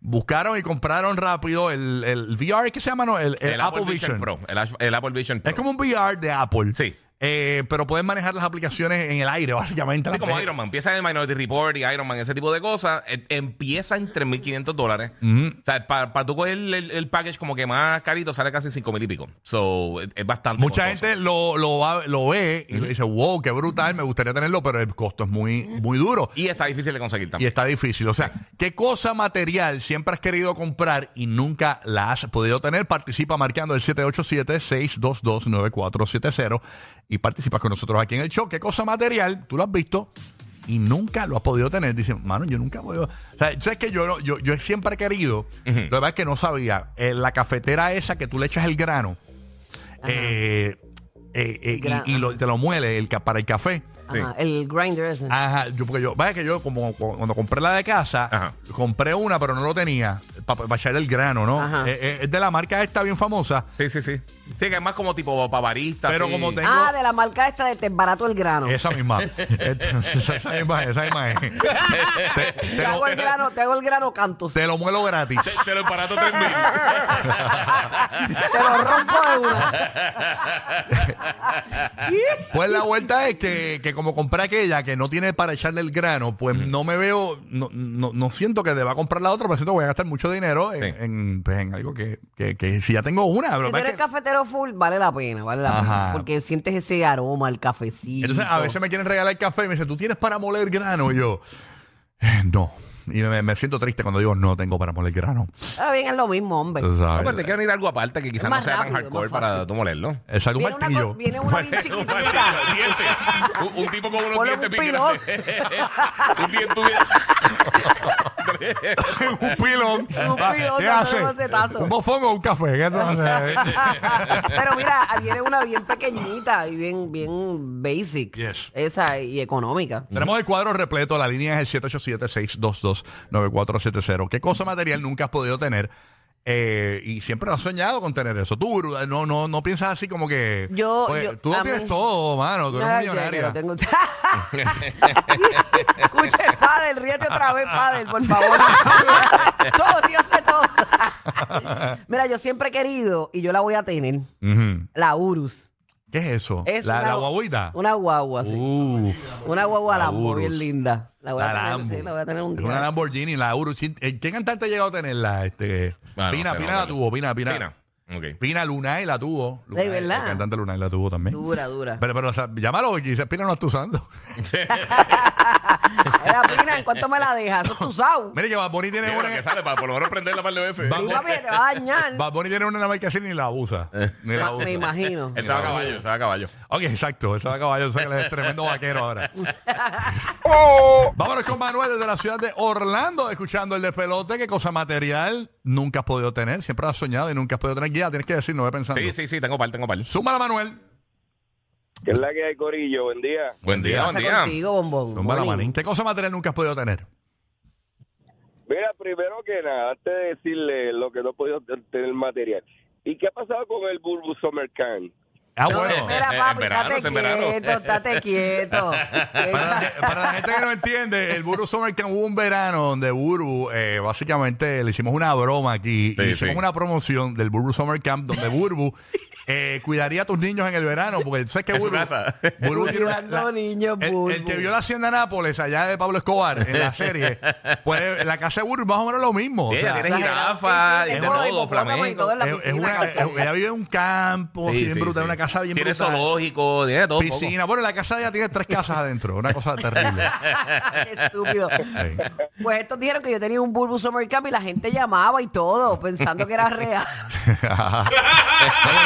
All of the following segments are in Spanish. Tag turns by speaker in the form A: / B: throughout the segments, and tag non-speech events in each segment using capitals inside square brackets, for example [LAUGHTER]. A: buscaron y compraron rápido el, el VR, ¿qué se llama? No? El, el
B: El, Apple, Vision, Pro. El, Ash- el Apple Vision Pro.
A: Es como un VR de Apple.
B: Sí.
A: Eh, pero pueden manejar las aplicaciones en el aire, [LAUGHS] básicamente.
B: Sí,
A: Las
B: como
A: ves-
B: Iron Man. Empieza en Minority Report y Iron Man, ese tipo de cosas. Eh, Empieza en 3.500 dólares. O sea, para tú coger el, el- el package como que más carito sale casi 5.000 y pico. So, es, es bastante.
A: Mucha
B: costoso.
A: gente lo, lo, va- lo ve y dice, wow, qué brutal, me gustaría tenerlo, pero el costo es muy, muy duro.
B: Y está difícil de conseguir
A: Y
B: también.
A: está difícil. O sea, ¿qué cosa material siempre has querido comprar y nunca la has podido tener? Participa marcando el 787-622-9470 y participas con nosotros aquí en el show. ¿Qué cosa material tú lo has visto y nunca lo has podido tener? Dicen, mano, yo nunca puedo. O sea, ¿sabes que yo, no- yo, yo siempre he querido, lo que pasa es que no sabía, eh, la cafetera esa que tú le echas el grano eh, eh, eh, y-
C: Gra-
A: y, lo- te lo muele el, ca- para el café.
B: Sí.
C: Ajá, el grinder ese.
A: Ajá, yo, porque yo, vaya que yo como cu- cuando compré la de casa,
B: Ajá.
A: compré una pero no lo tenía para echarle el grano, ¿no?
C: Ajá.
A: Eh, eh, Es de la marca esta bien famosa.
B: Sí, sí, sí. Sí, que es más como tipo pavarista.
A: Pero como te-
C: Ah, de la marca esta de te barato el grano.
A: Esa misma. Entonces, esa misma, esa misma. es. Te, te
C: Te
A: lo,
C: hago el grano, te hago el grano canto. Te,
A: te lo muelo gratis.
B: [LAUGHS] Te lo emparato
A: [LAUGHS]
B: 3.000.
C: lo rompo de una.
A: Pues la vuelta es que, que como compré aquella que no tiene para echarle el grano, pues no me veo, no, no, no siento que deba comprar la otra, pero siento que voy a gastar mucho dinero en,
B: Sí.
A: en, pues, en algo que, que, que si ya tengo una. pero
C: Si tú
A: es
C: eres
A: que-
C: cafetero full, vale la pena, vale la
A: Ajá.
C: pena. Porque sientes ese aroma, el cafecito.
A: Entonces, a veces me quieren regalar café y me dicen, ¿tú tienes para moler grano? Y yo, "Eh, no. Y me, me siento triste cuando digo, no tengo para moler grano.
C: Está bien, es lo mismo, hombre.
A: Tú sabes.
B: Aparte, quiero ir algo aparte que quizás no
C: Es más
B: sea tan
C: rápido, es más
B: hardcore
C: fácil.
B: para tú
C: [LAUGHS]
B: molerlo.
A: Eh, saca un
C: Viene una,
A: martillo.
C: co-
A: [LAUGHS]
C: viene una
B: [LAUGHS]
C: bien
B: Un
C: chiquitita.
B: martillo, dientes. Un- un tipo con unos
C: Ponle
B: dientes
C: un
B: bien
C: pilón.
B: grandes. [LAUGHS] Un diente tuviera-
C: [LAUGHS]
A: un pilón.
C: Un
A: Ah,
C: pilón,
A: ¿Qué
C: no,
A: hace?
C: no, macetazo.
A: ¿Un bofón o un café? ¿Qué tú haces?
C: [LAUGHS] Pero mira, viene una bien pequeñita y bien, bien basic.
A: Yes.
C: Esa y económica.
A: Tenemos el cuadro repleto, la línea es el 787-622-9470. ¿Qué cosa material nunca has podido tener? Eh, y siempre has soñado con tener eso. Tú Bru, no, no, no piensas así como que.
C: Yo-
A: Oye,
C: yo-
A: tú lo
C: a
A: tienes
C: mí-
A: todo, mano. Tú eres
C: Ay,
A: millonaria.
C: ya, que lo tengo- [LAUGHS] Escuche, Fadel, ríete otra vez, Fadel, por favor. [LAUGHS] todo, ríase todo. Mira, yo siempre he querido, y yo la voy a tener,
A: Ujú.
C: la Urus.
A: ¿Qué es eso?
C: Es
A: la,
C: una-
A: la guaguita. Uh,
C: Una guagua, sí.
A: Uf.
C: una guagua
A: la
C: Lambo,
A: Urus.
C: bien linda. La voy a
A: La
C: tener,
A: Lambo.
C: sí, la voy a tener un
A: Es
C: día.
A: una Lamborghini, la Urus. Sí, eh, ¿Qué cantante ha llegado a tenerla? Este,
B: Ah, no,
A: Pina,
B: sé, no,
A: Pina
B: no,
A: la
B: no.
A: tuvo, Pina, Pina.
B: Pina. Ok.
A: Pina Lunay la tuvo. Lunay,
C: verdad?
A: El cantante Lunay la tuvo también.
C: Dura, dura.
A: Pero, pero, o sea, llámalo, quizás Pina no la está usando. [LAUGHS]
C: Era Pina, ¿en cuánto me la dejas? Eso es tu
A: [LAUGHS]
C: sau.
A: Mire que Bad Bunny tiene
B: Mira,
A: una...
B: que sale para por lo menos prenderla par de veces.
A: Bad
C: Y
A: Bunny-
C: papi, te va a dañar.
A: Bad Bunny tiene una en la marca así ni la usa.
B: Eh.
A: Ni la
C: Ma-
A: usa.
C: Me imagino.
B: Él se va a caballo, él se va a caballo.
A: Ok, exacto. Ese va a caballo, ese es tremendo vaquero ahora. Vámonos con Manuel desde la ciudad de Orlando, escuchando el despelote. ¿Qué cosa material nunca has podido tener? Siempre has soñado y nunca has podido tener. Ya tienes que decir, Ah, no voy pensando.
B: Sí, sí, sí, tengo par, tengo par.
A: Súmala, Manuel.
D: ¿Qué es la que hay, Corillo? Buen día.
B: Buen
C: ¿Qué
B: día,
C: pasa
B: buen día.
C: contigo, bombón?
A: Súmala,
C: Bonín.
A: Manín. ¿Qué cosa material nunca has podido tener?
D: Mira, primero que nada, antes de decirle lo que no he podido tener material, ¿y qué ha pasado con el Bulbus Summer Camp? [LAUGHS]
A: Ah,
C: No,
A: bueno.
C: Mira,
B: Eh, en
C: papi,
B: verano,
C: estate
B: en verano.
C: quieto,
B: [LAUGHS]
C: estate quieto.
A: Para la, ge- para la gente que no entiende, el Buru Summer Camp hubo un verano donde Buru, eh, básicamente le hicimos una broma aquí.
B: Sí,
A: y hicimos
B: sí.
A: una promoción del Buru Summer Camp donde
C: [LAUGHS]
A: Buru eh, cuidaría a tus niños en el verano. Porque tú sabes que
B: En su
A: Buru.
B: casa.
A: Buru tiene una.
C: Cuidando
A: la-
C: niños,
A: el, el que
C: Burbu.
A: vio la hacienda de Nápoles, allá de Pablo Escobar, en la serie, pues la casa de Buru es más o menos lo mismo. o
B: Ella
A: sea,
B: tiene
C: exagerado,
B: jirafa,
C: sí, sí,
B: y de
C: tengo
B: todo,
C: hipopótamo y todo
B: flamenco.
C: en la
A: es- es
C: piscina,
A: una-
C: Carlos.
A: ella vive en un campo,
B: Sí,
A: bien
B: sí,
A: brutal,
B: sí.
A: una casa bien
B: Tiene
A: brutal.
B: zoológico, tiene todo. un poco.
A: Piscina. Bueno, la casa de ella tiene tres casas adentro, una
B: [LAUGHS]
A: cosa terrible. [LAUGHS]
C: Qué estúpido.
A: Sí.
C: Pues estos dijeron que yo tenía un Bulbu Summer Camp y la gente llamaba y todo, pensando que
A: [LAUGHS]
C: era real.
A: no,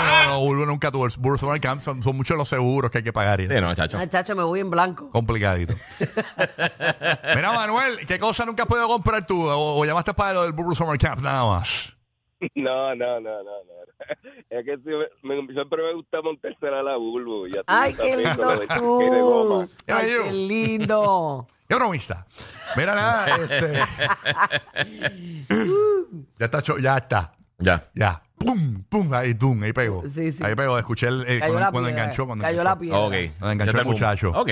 A: no, no, Bulbo nunca tuvo. el Bulbo Summer Camp son, son muchos los seguros que hay que pagar. y eso.
B: Sí, no, chacho.
C: Ah, chacho, me voy en blanco.
A: Complicadito. Mira, Manuel, ¿qué cosa nunca has podido comprar tú? O, o llamaste para lo del Bulbo Summer Camp nada más.
D: No, no, no, no, no. [LAUGHS] Es que sí, me- siempre me gusta montársela a la bulbo. Ya tú
C: Ay,
D: estás
C: qué
D: viendo
C: lindo
D: lo de- que de goma.
C: tú.
A: How
C: Ay,
A: are you?
C: qué lindo.
A: Qué bromista. Mira, nada. este, ya está, cho- ya está.
B: Ya.
A: Ya. Pum, pum, ahí, pum, ahí pegó.
C: Sí, sí.
A: Ahí pegó, escuché el, eh,
C: Cayó
A: cuando,
C: la
A: cuando
C: piedra.
A: enganchó. Cuando
C: Cayó
A: enganchó.
C: la piedra.
B: Ok.
A: Me Ah, enganchó
B: Ya está
A: el muchacho.
B: boom. Ok.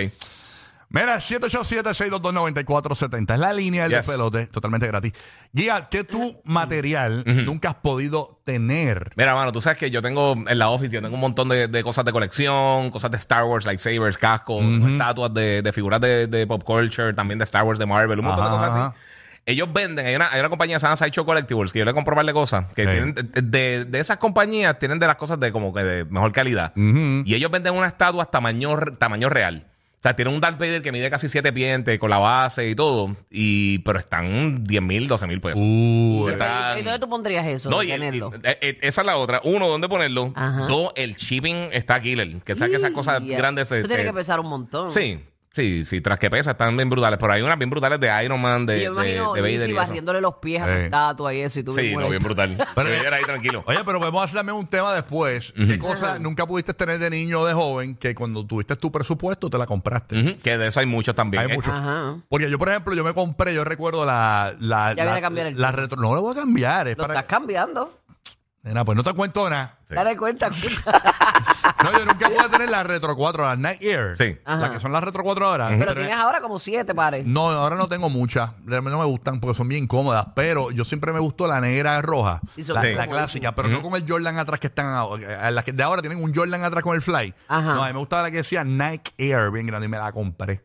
A: Mira, 787-622-9470 es la línea del
B: Yes.
A: despelote, totalmente gratis. Guía, ¿qué tu material nunca has podido tener?
B: Mira, mano, tú sabes que yo tengo en la office, yo tengo un montón de, de cosas de colección, cosas de Star Wars, lightsabers, cascos, estatuas de, de figuras de, de pop culture, también de Star Wars, de Marvel, un montón
A: Ajá,
B: de cosas
A: ajá.
B: así. Ellos venden, hay una, hay una compañía que se llama Sideshow Collectibles, que yo le compro varias cosas, que
A: Sí.
B: tienen, de, de- de esas compañías tienen de las cosas de como que de mejor calidad.
A: Ujú.
B: Y ellos venden unas estatuas tamaño, tamaño real. O sea, tienen un Darth Vader que mide casi 7 pies entre- con la base y todo, y pero están 10 mil, 12 mil pesos.
A: Uh,
C: ¿Y
A: eh,
B: Están-
C: y dónde tú pondrías eso?
B: No,
C: de
B: y el-
C: tenerlo?
B: y- e- e- esa es la otra. Uno, ¿dónde ponerlo?
C: Ajá.
B: Dos, el shipping está killer. Que sabes que esas cosas
C: Ya.
B: grandes se-
C: Eso tiene
B: se-
C: que pesar un montón.
B: Sí, sí, sí, tras que pesa, están bien brutales. Pero hay unas bien brutales de Iron Man, de,
C: Y yo me
B: de-
C: imagino
B: de Vader.
C: Lizzie
B: y eso.
C: barriéndole los pies a
A: Sí.
C: la estatua y eso. Y tú
B: Sí, no, bien
C: molesto. [LAUGHS]
B: brutal. Pero yo era ahí tranquilo.
A: Oye, pero podemos hacer también un tema después. ¿Qué cosa nunca pudiste tener de niño o de joven que cuando tuviste tu presupuesto te la compraste?
B: Ujú, Que de eso hay muchos también.
A: Hay
B: Eh,
A: mucho.
C: Ajá.
A: Porque yo, por ejemplo, yo me compré, yo recuerdo la... la la-
C: Ya viene a cambiar el
A: la retro- No la voy a cambiar, es
C: Lo
A: para...
C: estás cambiando.
A: Nena, pues no te cuento nada.
B: Sí.
C: Dale cuenta.
A: No, yo nunca pude tener la Retro 4, las Night Air.
B: Sí.
A: Las
C: Ajá.
A: que son las Retro 4 ahora.
C: Pero
A: Pero-
C: tienes ahora como siete pares.
A: No, ahora no tengo muchas. Realmente no me gustan porque son bien cómodas. Pero yo siempre me gustó la negra roja.
C: Y son
A: la,
C: bien
A: la
C: cómodas.
A: clásica. Pero no con el Jordan atrás que están ahora. Las que de ahora tienen un Jordan atrás con el fly.
C: Ajá.
A: No, a mí me gustaba la que decía Nike Air, bien grande. Y me la compré.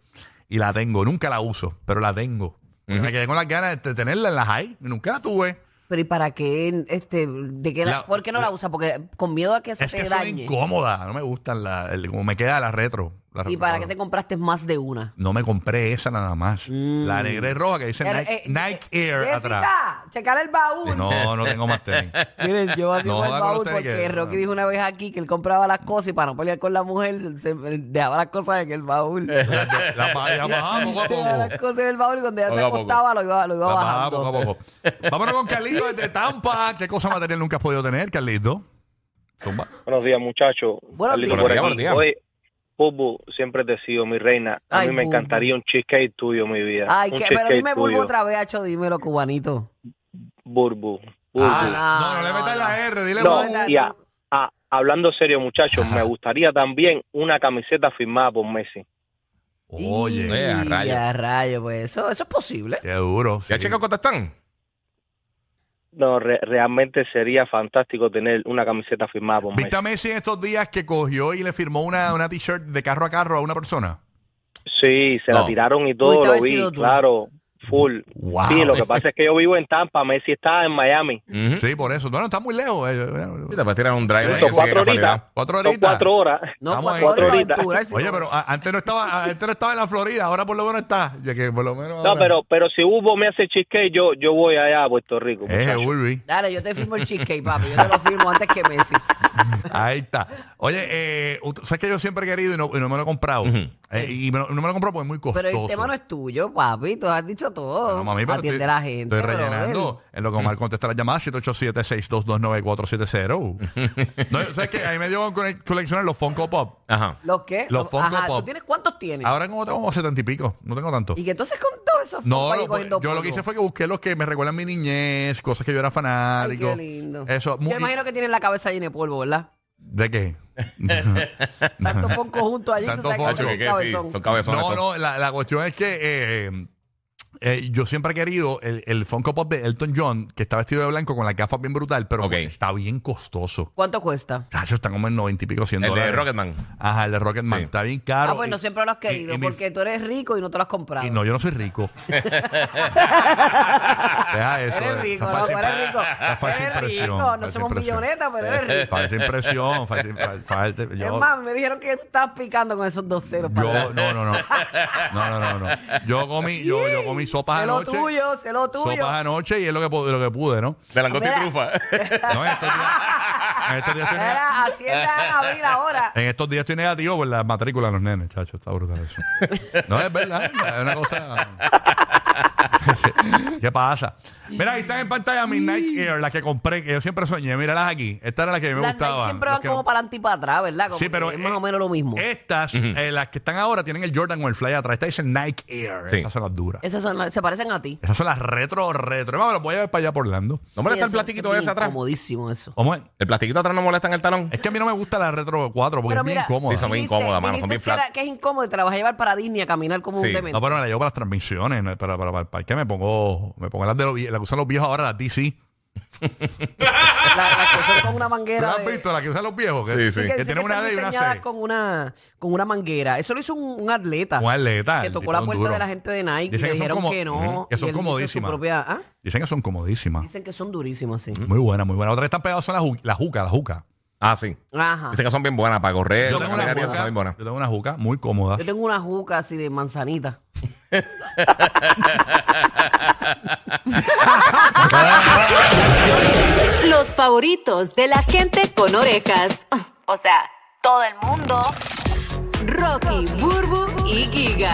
A: Y la tengo. Nunca la uso, pero la tengo. Me quedé con las ganas de tenerla en la high. y Nunca la tuve.
C: Pero ¿y para qué? Este, de qué la-
A: La-
C: ¿Por qué no la,
A: la-
C: usa? Porque con miedo a que se
A: Es
C: te
A: que son
C: dañe.
A: incómodas. No me gustan. La, el- como me queda la retro. La
C: ¿Y
A: retro
C: para
A: cuatro.
C: qué te compraste más de una?
A: No me compré esa nada más. La negra y roja que dice
C: Mm. Pero,
A: Este Nike,
C: eh,
A: Nike
C: eh,
A: Air
C: Jessica,
A: atrás.
C: checar el baúl.
A: No, no tengo más [LAUGHS] tenis.
C: [LAUGHS] Miren, yo así
A: No
C: con el
A: joda con
C: baúl
A: ustedes
C: porque
A: que-
C: Rocky dijo una vez aquí que él compraba las cosas y para no pelear con la mujer se dejaba las cosas en el baúl.
A: Las [LAUGHS] de- las ba- las bajamos poco a
C: Dejaba las
A: poco.
C: cosas en el baúl y cuando ya se
B: Poco a poco.
C: acostaba lo iba, lo iba
A: Las bajamos
C: bajando.
A: poco a poco. Vámonos con Carlito desde Tampa. ¿Qué cosa material nunca has podido tener, Carlito? Zumba.
E: Buenos días, muchachos.
C: Buenos días.
E: por aquí.
B: Buenos días, buenos
E: Oye, Bulbu, siempre te he sido mi reina. A
C: Ay,
E: mí me
C: Bulbu.
E: encantaría un cheesecake tuyo, mi vida.
C: Ay,
E: un
C: que, pero
E: cheesecake
C: dime Bulbo
E: tuyo.
C: otra vez, Hacho, dímelo, cubanito.
E: Bulbu, Bulbu.
A: Ah,
C: no,
A: no, no le metas
C: no,
A: la R, dile
E: no,
A: Bobo.
C: no.
E: y a- a- hablando serio, muchachos, me gustaría también una camiseta firmada por Messi.
C: Y-
A: Oye,
B: eh, a rayo.
C: a rayo, pues eso, eso es posible.
A: qué duro.
B: ¿Ya
A: sí.
B: checado cuántas están?
E: No, re- realmente sería fantástico tener una camiseta firmada por
A: ¿Viste a Messi en estos días que cogió y le firmó una, una t-shirt de carro a carro a una persona?
E: Messi. Sí, se
B: No.
E: la tiraron y
C: Pudiste
E: todo,
C: haber
E: lo vi,
C: sido tú.
E: claro, full.
A: Wow.
E: Sí, lo que pasa es que yo vivo en Tampa, Messi está en Miami.
B: Ujú.
A: Sí, por eso. No, no, está muy lejos. eh,
B: Y
A: eh,
B: te vas a tirar un drive.
A: Sí,
B: ahí, que
A: son
B: sí,
E: cuatro
B: casualidad.
E: horitas.
A: Cuatro
E: Son
A: horitas.
E: cuatro horas.
C: No,
A: Estamos
C: para
A: ahí.
C: poder
E: Cuatro horitas.
C: aventurarse.
A: Oye, pero a- antes no estaba, a- antes no estaba en la Florida, ahora por lo menos está. Ya que por lo menos
E: No,
A: ahora-
E: pero, pero si Hugo me hace cheesecake, yo, yo voy allá a Puerto Rico.
A: Eh,
E: muchacho.
A: Urbi.
C: Dale, yo te firmo el cheesecake, papi. Yo te lo firmo antes que
A: [LAUGHS]
C: Messi.
A: Ahí está. Oye, eh, ut- ¿sabes que yo siempre he querido y no, y no me lo he comprado?
B: Ujú.
A: Eh, y me lo- no me lo he comprado porque es muy costoso.
C: Pero el tema no es tuyo, papi. Tú has dicho todo.
A: Bueno, mami, pero
C: Atiende
A: estoy-
C: a la gente.
A: Estoy rellenando. En lo que Omar contesta la llamada, 787-622-9470. no, ¿Sabes qué? Ahí me dio con coleccionar los Funko Pop.
B: Ajá.
C: ¿Los qué?
A: Los Funko
C: Ajá,
A: Pop.
C: ¿Tú tienes cuántos tienes?
A: Ahora como tengo como setenta y pico, no tengo tanto.
C: ¿Y qué entonces con todo eso?
A: No, no, pues, yo lo que hice fue que busqué los que me recuerdan mi niñez, cosas que yo era
C: Ay,
A: fanático.
C: qué lindo.
A: Eso,
C: Yo
A: muy- [LAUGHS]
C: imagino que tienes la cabeza llena de polvo, ¿verdad?
A: ¿De qué?
C: Tanto fonco junto allí,
A: Tanto
C: tú sabes que
A: fonco.
C: son
B: Nacho, que, que sí,
C: cabezón.
B: son cabezones.
A: No,
B: todos.
A: no, la, la cuestión es que eh, eh, yo siempre he querido el, el Funko Pop de Elton John, que está vestido de blanco con las gafas bien brutal, pero
B: Ok.
A: está bien costoso.
C: ¿Cuánto cuesta?
A: Tacho, están como en 90 y pico 100
B: El de
A: dólares.
B: Rocketman.
A: Ajá, el de Rocketman.
B: Sí.
A: Está bien caro.
C: ah, pues no
A: Y-
C: siempre lo has
A: y-
C: querido,
A: y mi-
C: porque tú eres rico y no te lo has comprado.
A: y no, yo no soy
C: [LAUGHS]
A: rico. Deja eso.
C: eres
A: eh,
C: rico,
A: esa
C: loco,
A: falsa-
C: eres rico.
A: esa falsa
C: Eres
A: impresión,
C: rico, no
A: falsa
C: somos
A: impresión.
C: millonetas, pero eres rico.
A: Falsa impresión, falsa, fal- falta- yo-
C: Es más, me dijeron que tú estabas picando con esos dos ceros. para
A: Yo, no, no, no. No, no, no, no. Yo comí, yo, yo comí sopas
C: Sé lo
A: anoche.
C: tuyo, sé lo tuyo.
A: Sopas anoche y es lo que, pu- lo que pude, ¿no?
B: De langosta y
C: Mira.
B: trufa.
C: [LAUGHS]
A: No, en estos días, en estos días estoy, nega-
C: Era, Hacienda en
A: [LAUGHS]
C: abril ahora.
A: en estos días estoy negativo por las matrículas de los nenes, chacho. Está brutal eso. No, es verdad. Es una cosa... [LAUGHS] ¿Qué pasa? Mira, ahí están en pantalla mis Nike Air, las que compré, que yo siempre soñé. Míralas aquí. Esta era la que a mí me
C: Las
A: gustaba.
C: Nike siempre van como para adelante y para atrás, ¿verdad? Como
A: Sí, pero
C: que es más
A: eh,
C: o menos lo mismo.
A: Estas, eh, las que están ahora, tienen el Jordan o el Fly atrás. Esta dice Nike Air.
B: Sí.
A: Esas son las duras.
C: Esas son, las- se parecen a ti.
A: Esas son las retro, retro. Vamos, las voy a ver para allá por Orlando.
B: No molesta
C: Sí, eso-
B: el plastiquito
C: eso es
B: ese
C: bien
B: atrás.
C: Incomodísimo eso.
A: ¿Cómo es?
B: El plastiquito atrás no molesta en el talón.
A: Es que a mí no me gusta la retro 4 porque Pues es bien incómoda.
B: Sí, son bien
C: dijiste-
B: incómodas, mano, son bien
C: dijiste que, era-
B: flat.
C: que es incómodo y te la vas a llevar para Disney a caminar como
B: Sí.
C: un demente.
A: No, pero me la llevo para las transmisiones, ¿no? para, para, para el parque. Me pongo, me pongo las de los vie- las que usan los viejos ahora, las DC. [LAUGHS]
C: La- Las que son con una
A: ¿Tú
C: manguera.
A: las has
C: de-
A: visto? Las que usan los viejos. Que,
B: Sí, sí.
C: Sí,
A: que
C: sí
A: tienen una
C: están
A: D y una
C: diseñadas
A: C.
C: Con una, con una manguera. Eso lo hizo un, un atleta.
A: Un atleta,
C: Que
A: el
C: tocó
A: tipo
C: la
A: un
C: puerta
A: duro.
C: de la gente de
A: Dicen
C: Nike. y
A: que
C: le
A: son
C: dijeron
A: como-
C: que no.
A: Ujú, que
C: y
A: son
C: él hizo su
A: comodísimas.
C: propia- ¿ah?
A: Dicen que son comodísimas.
C: Dicen que son durísimas, sí.
A: Muy buena, muy buena. Otra que están pegadas son las ju- la juca, la juca.
B: Ah, sí.
C: Ajá.
B: Dicen que son bien buenas para correr.
A: Yo
B: para
A: tengo, una
B: caminar y eso,
A: juca
B: son bien buenas.
A: yo tengo una juca muy cómoda.
C: Yo tengo una juca así de manzanita.
F: Los favoritos de la gente con orejas. O sea, todo el mundo. Rocky, Burbu y Giga.